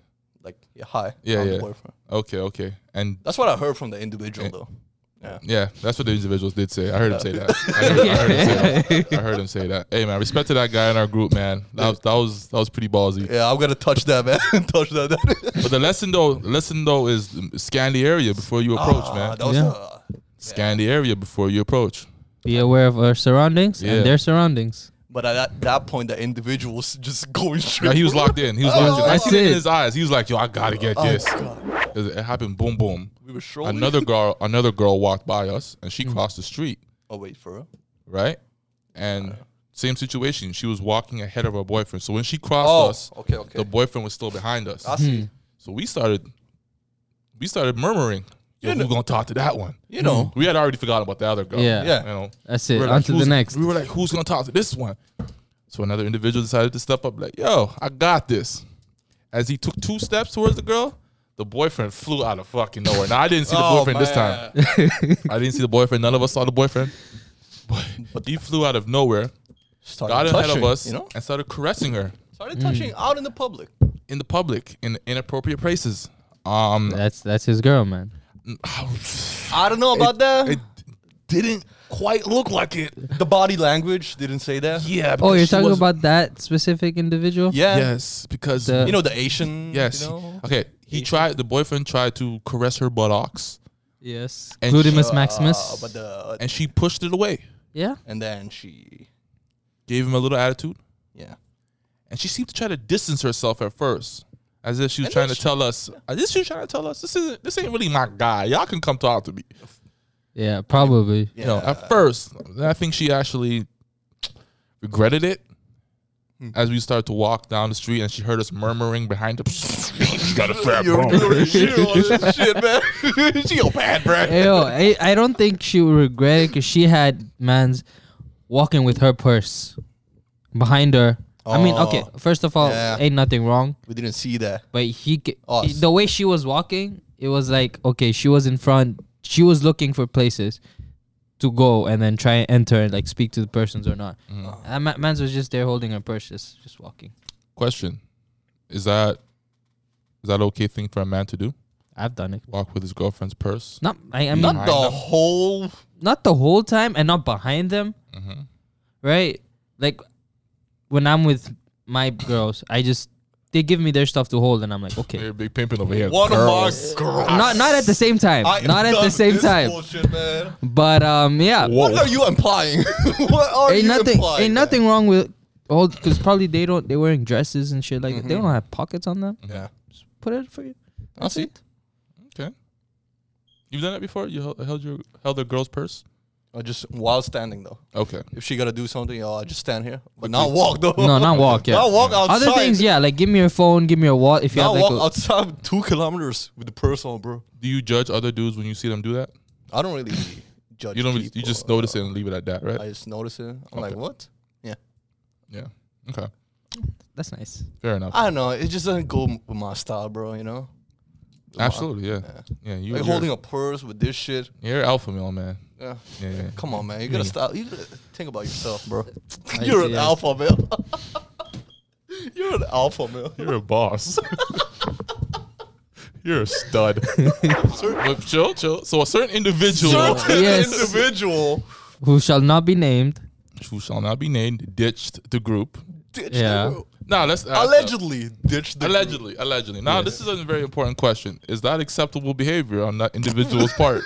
[SPEAKER 2] like yeah, hi,
[SPEAKER 3] Yeah,
[SPEAKER 2] I'm the
[SPEAKER 3] yeah.
[SPEAKER 2] boyfriend."
[SPEAKER 3] Okay. Okay. And
[SPEAKER 2] That's what I heard from the individual though.
[SPEAKER 3] yeah, that's what the individuals did say. I heard him say that. I heard, I heard him say that. I heard him say that. Hey, man, respect to that guy in our group, man. That was that was that was pretty ballsy.
[SPEAKER 2] Yeah, I'm gonna touch that man. (laughs) touch that. that.
[SPEAKER 3] But the lesson though, lesson though, is um, scan the area before you (laughs) approach,
[SPEAKER 2] Ah,
[SPEAKER 3] man.
[SPEAKER 2] That was
[SPEAKER 1] Yeah.
[SPEAKER 2] uh,
[SPEAKER 3] Scan the area before you approach.
[SPEAKER 1] Be aware of our surroundings
[SPEAKER 3] Yeah.
[SPEAKER 1] and their surroundings.
[SPEAKER 2] but at that, that point, the individual was just (laughs) going straight.
[SPEAKER 3] No, he was locked in. He was locked in. I
[SPEAKER 1] Oh, That's
[SPEAKER 3] see it in
[SPEAKER 1] it. Oh.
[SPEAKER 3] his eyes. He was like, "Yo, I gotta get this."
[SPEAKER 2] God.
[SPEAKER 3] It it happened. Boom, boom.
[SPEAKER 2] We were strolling.
[SPEAKER 3] Another girl, another girl walked by us, and
[SPEAKER 1] Hmm.
[SPEAKER 3] she crossed the street,
[SPEAKER 2] Oh wait, for real?
[SPEAKER 3] right? And same situation. She was walking ahead of her boyfriend. So when she crossed
[SPEAKER 2] Oh,
[SPEAKER 3] us,
[SPEAKER 2] okay, okay.
[SPEAKER 3] the boyfriend was still behind us.
[SPEAKER 2] I
[SPEAKER 1] Hmm.
[SPEAKER 2] see.
[SPEAKER 3] So we started, we started murmuring. Yo,
[SPEAKER 2] You know-
[SPEAKER 3] who gonna talk to that one?
[SPEAKER 2] You know.
[SPEAKER 3] We had already forgotten about the other girl.
[SPEAKER 1] Yeah.
[SPEAKER 2] Yeah.
[SPEAKER 3] You know.
[SPEAKER 1] That's
[SPEAKER 3] We
[SPEAKER 1] it.
[SPEAKER 3] were
[SPEAKER 1] On
[SPEAKER 3] like,
[SPEAKER 1] to the
[SPEAKER 3] "Who's-"
[SPEAKER 1] next.
[SPEAKER 3] We were like, "Who's gonna talk to this one?" So another individual decided to step up, like, "Yo, I got this." As he took two steps towards the girl, the boyfriend flew out of fucking nowhere. Now I didn't see the
[SPEAKER 2] (laughs) Oh,
[SPEAKER 3] boyfriend this time. (laughs)
[SPEAKER 2] man.
[SPEAKER 3] I didn't see the boyfriend. None of us saw the boyfriend. But, he flew out of nowhere,
[SPEAKER 2] Started
[SPEAKER 3] got ahead of
[SPEAKER 2] touching,
[SPEAKER 3] us, Mm.
[SPEAKER 2] You know,
[SPEAKER 3] and started caressing her
[SPEAKER 2] started touching out in the public.
[SPEAKER 3] in the public in inappropriate places. Um, (sighs)
[SPEAKER 1] That's that's his girl, man. Oh,
[SPEAKER 2] I don't know about that.
[SPEAKER 3] it didn't quite look like it.
[SPEAKER 2] the body language didn't say that.
[SPEAKER 3] Yeah.
[SPEAKER 1] Oh,
[SPEAKER 3] because
[SPEAKER 1] you're
[SPEAKER 3] she
[SPEAKER 1] talking
[SPEAKER 3] was-
[SPEAKER 1] about that specific individual?
[SPEAKER 2] Yeah.
[SPEAKER 3] yes because
[SPEAKER 1] The-
[SPEAKER 2] You know the Asian.
[SPEAKER 3] yes.
[SPEAKER 2] You know?
[SPEAKER 3] Okay, he tried. The boyfriend tried to caress her buttocks,
[SPEAKER 1] Yes.
[SPEAKER 3] And
[SPEAKER 1] Glutimus
[SPEAKER 3] she-
[SPEAKER 1] Maximus.
[SPEAKER 2] Uh, but the
[SPEAKER 3] and she pushed it away.
[SPEAKER 1] yeah.
[SPEAKER 2] and then she,
[SPEAKER 3] Gave him a little attitude,
[SPEAKER 2] yeah.
[SPEAKER 3] and she seemed to try to distance herself at first, as if she was
[SPEAKER 2] And
[SPEAKER 3] trying
[SPEAKER 2] then
[SPEAKER 3] to tell us, "As if she was trying to tell us this isn't this ain't really my guy. Y'all can come talk to me."
[SPEAKER 1] Yeah, probably.
[SPEAKER 2] yeah.
[SPEAKER 3] You know, at first, I think she actually regretted it
[SPEAKER 2] Hmm.
[SPEAKER 3] as we started to walk down the street, and she heard us murmuring behind us. you got a
[SPEAKER 2] (laughs)
[SPEAKER 3] fat
[SPEAKER 2] You're
[SPEAKER 3] bum.
[SPEAKER 2] doing shit on this shit, man. (laughs) she a bad bro.
[SPEAKER 1] Yo, I, I don't think she would regret it because she had man's walking with her purse behind her. I mean, okay,
[SPEAKER 2] Oh.
[SPEAKER 1] first of all,
[SPEAKER 2] Yeah.
[SPEAKER 1] ain't nothing wrong,
[SPEAKER 2] We didn't see that.
[SPEAKER 1] but he, ca-
[SPEAKER 2] Us.
[SPEAKER 1] he- the way she was walking, it was like okay, she was in front, she was looking for places to go and then try and enter and like speak to the persons or not.
[SPEAKER 2] Mm-hmm.
[SPEAKER 1] And ma- man's was just there holding her purse, just just walking.
[SPEAKER 3] (laughs) Question: Is that is that okay thing for a man to do?
[SPEAKER 1] I've done it.
[SPEAKER 3] Walk with his girlfriend's purse?
[SPEAKER 1] Not I, Mm, I mean
[SPEAKER 2] Not
[SPEAKER 1] not,
[SPEAKER 3] Behind
[SPEAKER 2] the
[SPEAKER 3] them.
[SPEAKER 2] whole.
[SPEAKER 1] the whole time and not behind them,
[SPEAKER 2] Mm-hmm.
[SPEAKER 1] right? Like when I'm with my girls, I just they give me their stuff to hold and I'm like okay.
[SPEAKER 3] You're big pimping over here.
[SPEAKER 2] One
[SPEAKER 3] girls.
[SPEAKER 2] of my girls.
[SPEAKER 1] Not not at the same time.
[SPEAKER 2] I am
[SPEAKER 1] Not at
[SPEAKER 2] done
[SPEAKER 1] the
[SPEAKER 2] with
[SPEAKER 1] same
[SPEAKER 2] this
[SPEAKER 1] time.
[SPEAKER 2] Bullshit, man.
[SPEAKER 1] But um yeah.
[SPEAKER 2] What are you implying? (laughs) what are
[SPEAKER 1] ain't
[SPEAKER 2] you
[SPEAKER 1] nothing
[SPEAKER 2] implying?
[SPEAKER 1] ain't
[SPEAKER 2] man?
[SPEAKER 1] nothing wrong with all because probably they don't they're wearing
[SPEAKER 2] Mm-hmm.
[SPEAKER 1] dresses and shit like that. they don't have pockets on them
[SPEAKER 2] Yeah. (laughs)
[SPEAKER 1] put it for you
[SPEAKER 2] That's
[SPEAKER 1] that's it
[SPEAKER 3] Okay. You've done that before. You held, held your held a girl's purse.
[SPEAKER 2] I just while standing though.
[SPEAKER 3] Okay.
[SPEAKER 2] If she gotta do something, oh, I just stand here, but (laughs) not walk though.
[SPEAKER 1] No, not walk. Yeah.
[SPEAKER 2] Not walk outside.
[SPEAKER 1] Other things, yeah, like give me your phone, give me your wallet. If you
[SPEAKER 2] Not
[SPEAKER 1] have like,
[SPEAKER 2] walk
[SPEAKER 1] a,
[SPEAKER 2] outside (laughs) two kilometers with the purse on, bro.
[SPEAKER 3] Do you judge other dudes when you see them do that?
[SPEAKER 2] I don't really judge.
[SPEAKER 3] You don't. Really, you
[SPEAKER 2] people,
[SPEAKER 3] just
[SPEAKER 2] uh,
[SPEAKER 3] notice it and leave it at that, right?
[SPEAKER 2] I just notice it. I'm like,
[SPEAKER 3] Okay.
[SPEAKER 2] what? Yeah.
[SPEAKER 3] yeah. Okay.
[SPEAKER 1] that's nice.
[SPEAKER 3] Fair enough.
[SPEAKER 2] I don't know. It just doesn't go with my style, bro. You know.
[SPEAKER 3] Absolutely. Yeah. Yeah. you,
[SPEAKER 2] Like
[SPEAKER 3] you're,
[SPEAKER 2] holding a purse with this shit.
[SPEAKER 3] you're alpha male, man.
[SPEAKER 2] Yeah.
[SPEAKER 3] Yeah. yeah.
[SPEAKER 2] Come on, man. You gotta
[SPEAKER 3] Yeah.
[SPEAKER 2] stop. You gotta think about yourself,
[SPEAKER 1] (laughs)
[SPEAKER 2] bro. (laughs)
[SPEAKER 1] I
[SPEAKER 2] You're
[SPEAKER 1] see,
[SPEAKER 2] an
[SPEAKER 1] I
[SPEAKER 2] alpha male. (laughs) You're an alpha male.
[SPEAKER 3] (laughs) You're a boss. (laughs) You're a stud. (laughs) But chill, chill. So a certain individual
[SPEAKER 2] Certain
[SPEAKER 1] Yes.
[SPEAKER 2] individual
[SPEAKER 1] Who shall not be named?
[SPEAKER 3] who shall not be named ditched the group.
[SPEAKER 2] ditched
[SPEAKER 1] Yeah.
[SPEAKER 2] the group.
[SPEAKER 3] Now let's uh,
[SPEAKER 2] Allegedly ditched the group.
[SPEAKER 3] allegedly, allegedly. Now this is a very important question: Is that acceptable behavior on that
[SPEAKER 1] (laughs)
[SPEAKER 3] individual's part?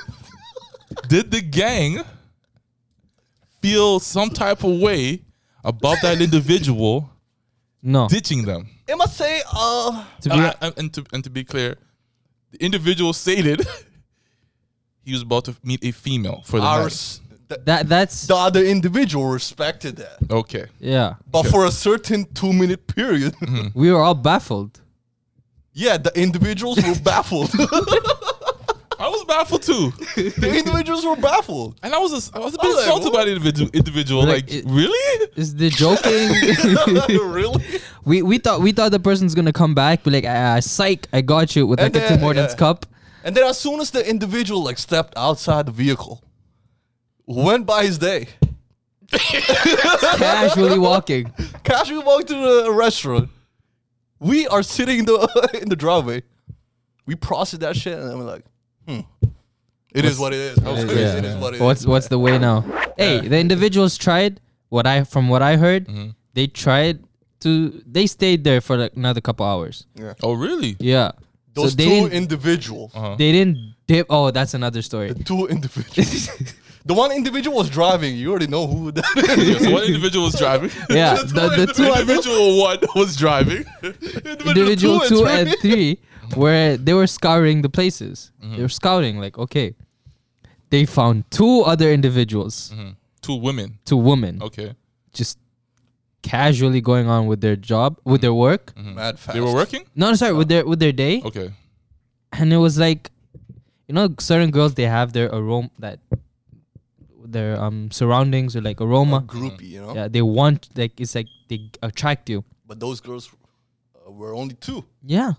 [SPEAKER 3] Did the gang feel some type of way about that individual
[SPEAKER 1] No.
[SPEAKER 3] ditching them?
[SPEAKER 2] Am I saying uh
[SPEAKER 1] To be,
[SPEAKER 3] And, I- and to, and to be clear, the individual stated (laughs) he was about to meet a female for the
[SPEAKER 2] I
[SPEAKER 3] night.
[SPEAKER 2] res- th-
[SPEAKER 1] that that's
[SPEAKER 2] the other individual respected that.
[SPEAKER 3] Okay,
[SPEAKER 1] yeah.
[SPEAKER 2] But for a certain two minute period,
[SPEAKER 3] Mm-hmm.
[SPEAKER 1] We were all baffled.
[SPEAKER 2] (laughs) yeah, the individuals
[SPEAKER 3] (laughs)
[SPEAKER 2] were baffled. (laughs) the
[SPEAKER 3] I was baffled
[SPEAKER 1] (laughs)
[SPEAKER 3] too,
[SPEAKER 2] individuals were
[SPEAKER 3] (laughs)
[SPEAKER 2] baffled.
[SPEAKER 3] and I was I was a
[SPEAKER 2] I
[SPEAKER 3] bit
[SPEAKER 2] was like,
[SPEAKER 3] insulted by the individual. Individual,
[SPEAKER 1] Like,
[SPEAKER 3] like,
[SPEAKER 1] it-
[SPEAKER 3] really?
[SPEAKER 1] Is the joking?
[SPEAKER 2] (laughs) really?
[SPEAKER 1] we we thought we thought the person's gonna come back, be like, ah, psych, I got you with like
[SPEAKER 2] And
[SPEAKER 1] a
[SPEAKER 2] then-
[SPEAKER 1] Tim Hortons
[SPEAKER 2] yeah. (laughs)
[SPEAKER 1] cup.
[SPEAKER 2] And then as soon as the individual like stepped outside the vehicle, went by his day.
[SPEAKER 1] casually walking.
[SPEAKER 2] Casually walked to the restaurant. We are sitting in the (laughs) in the driveway. We process that shit and then we're like, hmm. It is what it is. bro.
[SPEAKER 3] Yeah,
[SPEAKER 2] It
[SPEAKER 3] yeah,
[SPEAKER 2] is- it is
[SPEAKER 3] yeah.
[SPEAKER 2] what it
[SPEAKER 1] What's
[SPEAKER 2] is.
[SPEAKER 1] what's the way now? Hey, the individuals tried what I from what I heard, they tried to they stayed there for like another couple hours.
[SPEAKER 3] Oh, really?
[SPEAKER 1] Yeah. So
[SPEAKER 2] Those
[SPEAKER 1] they
[SPEAKER 2] two
[SPEAKER 1] didn't,
[SPEAKER 2] individuals.
[SPEAKER 1] they didn't dip oh, that's another story.
[SPEAKER 2] Two (laughs) individuals. the one individual was driving. You already know who (laughs) that is.
[SPEAKER 1] (laughs)
[SPEAKER 3] Yeah, so one individual was driving.
[SPEAKER 1] (laughs) Yeah, the, the two other
[SPEAKER 3] individual one (laughs) was driving.
[SPEAKER 1] individual
[SPEAKER 2] two
[SPEAKER 1] two and
[SPEAKER 2] and
[SPEAKER 1] three where they were scouring the places. They were scouting, like, okay. They found two other individuals,
[SPEAKER 3] two women.
[SPEAKER 1] two women,
[SPEAKER 3] Okay,
[SPEAKER 1] just casually going on with their job, with their work.
[SPEAKER 2] Mad fast.
[SPEAKER 3] they were working.
[SPEAKER 1] No, no, sorry, with their with their day,
[SPEAKER 3] Okay,
[SPEAKER 1] and it was like, you know, certain girls they have their aroma that their um surroundings or like aroma.
[SPEAKER 2] Groupie, you know?
[SPEAKER 1] Yeah, they want like it's like they attract you.
[SPEAKER 2] But those girls uh, were only two.
[SPEAKER 1] Yeah,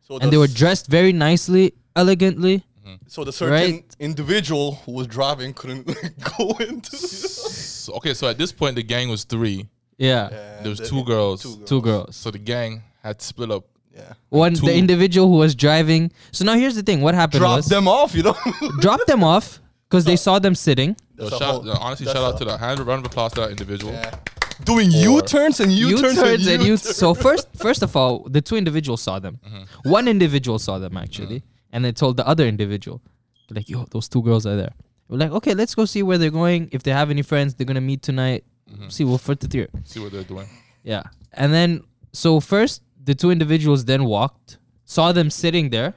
[SPEAKER 2] So
[SPEAKER 1] and they were
[SPEAKER 2] the-
[SPEAKER 1] dressed very nicely, elegantly.
[SPEAKER 2] So the certain
[SPEAKER 1] Right.
[SPEAKER 2] individual who was driving couldn't (laughs) go into.
[SPEAKER 3] so, okay. So at this point, the gang was three.
[SPEAKER 1] Yeah,
[SPEAKER 2] And
[SPEAKER 3] There was
[SPEAKER 2] the-
[SPEAKER 3] two girls.
[SPEAKER 1] two girls.
[SPEAKER 3] So the gang had split up.
[SPEAKER 2] Yeah.
[SPEAKER 1] One,
[SPEAKER 3] two-
[SPEAKER 1] the individual who was driving. So now here's the thing: what happened
[SPEAKER 2] Drop
[SPEAKER 1] was
[SPEAKER 2] them off, you know. (laughs)
[SPEAKER 1] drop them off because they saw them sitting.
[SPEAKER 3] Yo,
[SPEAKER 2] That's a
[SPEAKER 3] shout,
[SPEAKER 2] whole-
[SPEAKER 3] honestly, shout out to that. Hand round of applause to that individual.
[SPEAKER 2] Yeah. Doing U turns and U turns and U
[SPEAKER 1] you.
[SPEAKER 2] turns.
[SPEAKER 1] So first, first of all, the two individuals saw them. One individual saw them actually, and they told the other individual, they're like, "Yo, those two girls are there." We're like, "Okay, let's go see where they're going. If they have any friends, they're gonna meet tonight. See what for the theory."
[SPEAKER 3] See what they're doing.
[SPEAKER 1] Yeah, and then so first, the two individuals then walked, saw them sitting there,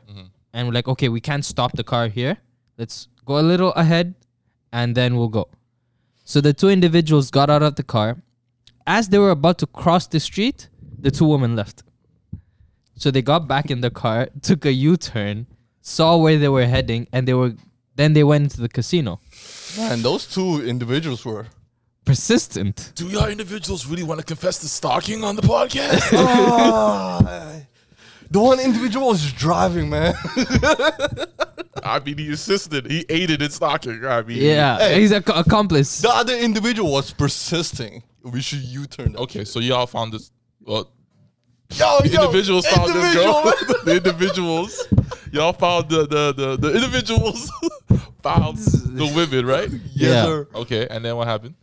[SPEAKER 1] and we're like, "Okay, we can't stop the car here. Let's go a little ahead, and then we'll go." So the two individuals got out of the car. As they were about to cross the street, the two women left. So they got back in the car, (laughs) took a U-turn, saw where they were heading, and they were then they went into the casino.
[SPEAKER 2] Man, those two individuals
[SPEAKER 1] (laughs)
[SPEAKER 2] were. (laughs)
[SPEAKER 1] Persistent.
[SPEAKER 3] Do y'all individuals really want to confess to stalking on the podcast?
[SPEAKER 2] Ah, the one individual was driving, man.
[SPEAKER 3] (laughs)
[SPEAKER 2] (laughs)
[SPEAKER 3] I mean, he assisted. He aided in stalking. I mean,
[SPEAKER 1] Yeah, he's an accomplice.
[SPEAKER 2] The other individual was persisting. We should U turn.
[SPEAKER 3] Okay, so y'all found this. Well,
[SPEAKER 2] (laughs) Yo, yo,
[SPEAKER 3] individuals found this
[SPEAKER 2] individual.
[SPEAKER 3] girl. (laughs) the individuals, y'all found the the the, the individuals (laughs) found the women, right?
[SPEAKER 2] yes,
[SPEAKER 1] (laughs) Yeah.
[SPEAKER 2] sir.
[SPEAKER 3] Okay, and then what happened?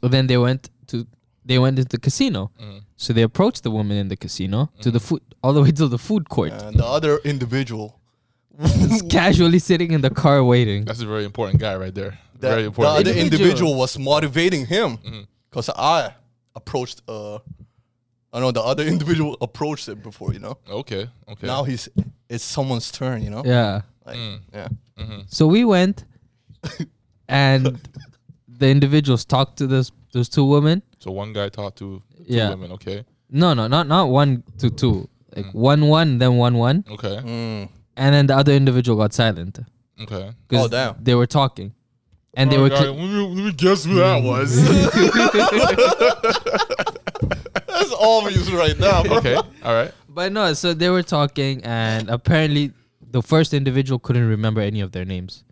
[SPEAKER 1] But then they went to they went into the casino. So they approached the woman in the casino to the food all the way to the food court.
[SPEAKER 2] And the other individual.
[SPEAKER 1] Just casually sitting in the car waiting.
[SPEAKER 3] That's a very important guy right there.
[SPEAKER 2] that
[SPEAKER 3] very
[SPEAKER 2] the
[SPEAKER 3] important. Mm-hmm.
[SPEAKER 2] other
[SPEAKER 1] Individual.
[SPEAKER 2] individual was motivating him because I approached uh I know the (laughs) other individual approached it before you know
[SPEAKER 3] okay, okay.
[SPEAKER 2] now he's it's someone's turn you know
[SPEAKER 1] Yeah.
[SPEAKER 2] Like,
[SPEAKER 3] Mm.
[SPEAKER 2] yeah.
[SPEAKER 1] So we went, and the individuals talked to this those two women.
[SPEAKER 3] So one guy talked to two
[SPEAKER 1] Yeah.
[SPEAKER 3] women. Okay.
[SPEAKER 1] No, no, not not one to two. Like one one, then one one,
[SPEAKER 3] Okay.
[SPEAKER 2] Mm.
[SPEAKER 1] and then the other individual got silent
[SPEAKER 3] Okay.
[SPEAKER 2] Oh, damn.
[SPEAKER 1] they were talking, and they
[SPEAKER 3] Oh,
[SPEAKER 1] were.
[SPEAKER 3] God,
[SPEAKER 1] cl-
[SPEAKER 3] let, me, let me guess who
[SPEAKER 2] Mm.
[SPEAKER 3] that was.
[SPEAKER 2] (laughs) That's obvious right now, bro.
[SPEAKER 3] okay. All right.
[SPEAKER 1] But no, so they were talking, and apparently the first individual couldn't remember any of their names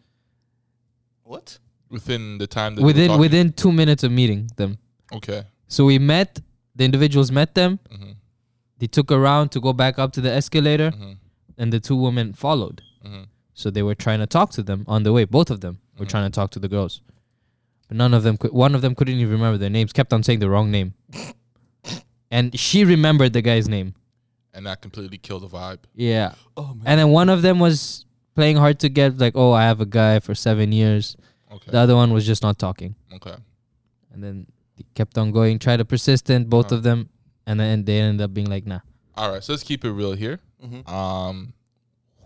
[SPEAKER 2] (laughs) What?
[SPEAKER 3] Within the time that they were
[SPEAKER 1] within
[SPEAKER 3] talking.
[SPEAKER 1] within two minutes of meeting them.
[SPEAKER 3] Okay.
[SPEAKER 1] So we met the individuals, met them.
[SPEAKER 3] Mhm.
[SPEAKER 1] They took a round to go back up to the escalator,
[SPEAKER 3] Mhm.
[SPEAKER 1] and the two women followed.
[SPEAKER 3] Mhm.
[SPEAKER 1] So they were trying to talk to them on the way. Both of them were trying to talk to the girls, but none of them could. One of them couldn't even remember their names. Kept on saying the wrong name, and she remembered the guy's name.
[SPEAKER 3] And that completely killed the vibe.
[SPEAKER 1] Yeah.
[SPEAKER 2] Oh man.
[SPEAKER 1] And then one of them was playing hard to get, like, oh, I have a guy for seven years.
[SPEAKER 3] Okay.
[SPEAKER 1] The other one was just not talking.
[SPEAKER 3] okay.
[SPEAKER 1] And then they kept on going, tried to persistent, both of
[SPEAKER 3] Uh-huh.
[SPEAKER 1] them. And then they ended up being like, nah.
[SPEAKER 3] All right. So let's keep it real here.
[SPEAKER 2] Mhm.
[SPEAKER 3] Um,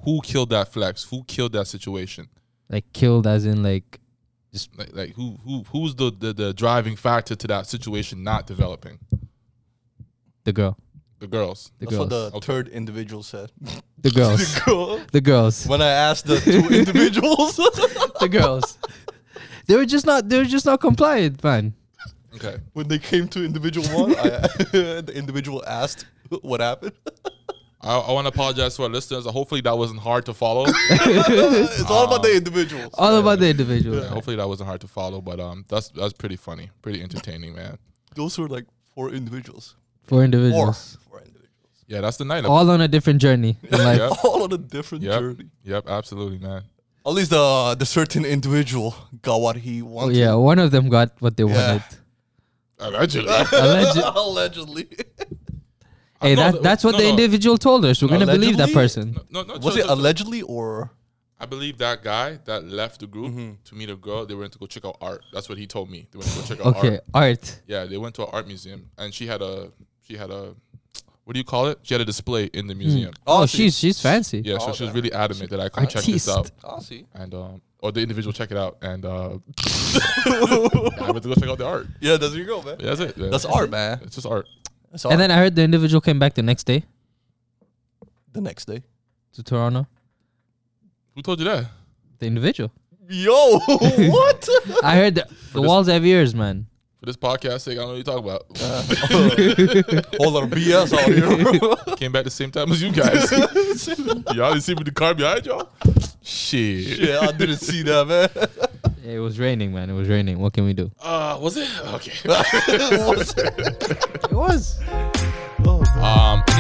[SPEAKER 3] who killed that flex? Who killed that situation?
[SPEAKER 1] Like, killed as in, like,
[SPEAKER 3] Like, like who, who, who's the, the the driving factor to that situation not developing?
[SPEAKER 1] the girl.
[SPEAKER 3] The girls.
[SPEAKER 1] The
[SPEAKER 2] That's what
[SPEAKER 1] girls.
[SPEAKER 2] the
[SPEAKER 1] The,
[SPEAKER 3] Okay.
[SPEAKER 2] third individual said. (laughs)
[SPEAKER 1] girls.
[SPEAKER 3] (laughs)
[SPEAKER 1] the girls.
[SPEAKER 2] when I asked
[SPEAKER 1] (laughs)
[SPEAKER 2] the two individuals, (laughs)
[SPEAKER 1] the
[SPEAKER 3] (laughs)
[SPEAKER 1] girls. They were just not, they were just not compliant, man.
[SPEAKER 3] Okay.
[SPEAKER 2] when they came to individual one, I, (laughs) the individual asked what happened. (laughs)
[SPEAKER 3] I, I want to apologize to our listeners. Hopefully that wasn't hard
[SPEAKER 1] (laughs)
[SPEAKER 3] to follow.
[SPEAKER 2] it's all about the individuals.
[SPEAKER 1] All about the individual.
[SPEAKER 3] Yeah, hopefully that wasn't hard to follow, but um, that's that's pretty funny, pretty entertaining, man.
[SPEAKER 2] Those were like four individuals.
[SPEAKER 1] For
[SPEAKER 2] Four.
[SPEAKER 1] individuals.
[SPEAKER 2] Four individuals. (laughs)
[SPEAKER 3] Yeah, that's the night.
[SPEAKER 1] All on a different journey.
[SPEAKER 3] (laughs)
[SPEAKER 1] in life.
[SPEAKER 3] Yep.
[SPEAKER 2] All on a different
[SPEAKER 3] (laughs) yep,
[SPEAKER 2] journey.
[SPEAKER 3] yep, absolutely, man.
[SPEAKER 2] At least the the certain individual got what he
[SPEAKER 1] Oh,
[SPEAKER 2] wanted. (laughs)
[SPEAKER 1] yeah, one of them got what they
[SPEAKER 2] Yeah.
[SPEAKER 1] wanted.
[SPEAKER 3] (laughs) Allegedly.
[SPEAKER 1] Alleged.
[SPEAKER 2] Allegedly.
[SPEAKER 1] Hey,
[SPEAKER 3] No,
[SPEAKER 1] that,
[SPEAKER 3] th-
[SPEAKER 1] that's what
[SPEAKER 3] no,
[SPEAKER 1] the
[SPEAKER 3] no.
[SPEAKER 1] individual told us. We're gonna believe that
[SPEAKER 2] Allegedly?
[SPEAKER 1] person.
[SPEAKER 3] No, no,
[SPEAKER 2] Was (laughs)
[SPEAKER 3] chill,
[SPEAKER 2] it
[SPEAKER 3] chill, chill.
[SPEAKER 2] allegedly or?
[SPEAKER 3] I believe that guy that left the group
[SPEAKER 1] Mm-hmm.
[SPEAKER 3] to meet a girl. They went to go check out art. That's what he told me. They went to go check out
[SPEAKER 1] Okay,
[SPEAKER 3] art.
[SPEAKER 1] art.
[SPEAKER 3] Yeah, they went to an art museum, and she had a she had a what do you call it? She had a display in the museum.
[SPEAKER 1] Oh,
[SPEAKER 2] Oh,
[SPEAKER 1] she's she's fancy.
[SPEAKER 3] Yeah, so
[SPEAKER 2] Oh,
[SPEAKER 3] she was
[SPEAKER 2] that-
[SPEAKER 3] really adamant that I could check this out.
[SPEAKER 1] Artiste.
[SPEAKER 2] I'll see.
[SPEAKER 3] And um, or the individual check it out, and uh, (laughs) I went to go check out the art.
[SPEAKER 2] Yeah, that's your go, man.
[SPEAKER 3] Yeah, that's it. man.
[SPEAKER 2] That's art, man.
[SPEAKER 3] It's just art.
[SPEAKER 2] That's
[SPEAKER 1] And then I heard the individual came back the next day
[SPEAKER 2] the next day.
[SPEAKER 1] to Toronto.
[SPEAKER 3] Who told you that?
[SPEAKER 1] The individual.
[SPEAKER 2] Yo, (laughs) what?
[SPEAKER 1] I heard the, the
[SPEAKER 3] this-
[SPEAKER 1] walls have ears, man.
[SPEAKER 3] For this podcast sake, I don't know what you're talking about.
[SPEAKER 2] All our BS out here. (laughs) bro.
[SPEAKER 3] Came back the same time as you guys. y'all didn't see me in the car behind y'all? Shit.
[SPEAKER 2] yeah, I didn't see that, (laughs) man.
[SPEAKER 1] It was raining, man. It was raining. What can we do?
[SPEAKER 3] Uh, was it? Okay.
[SPEAKER 2] What's-
[SPEAKER 1] It was.
[SPEAKER 2] oh, God.
[SPEAKER 3] Um,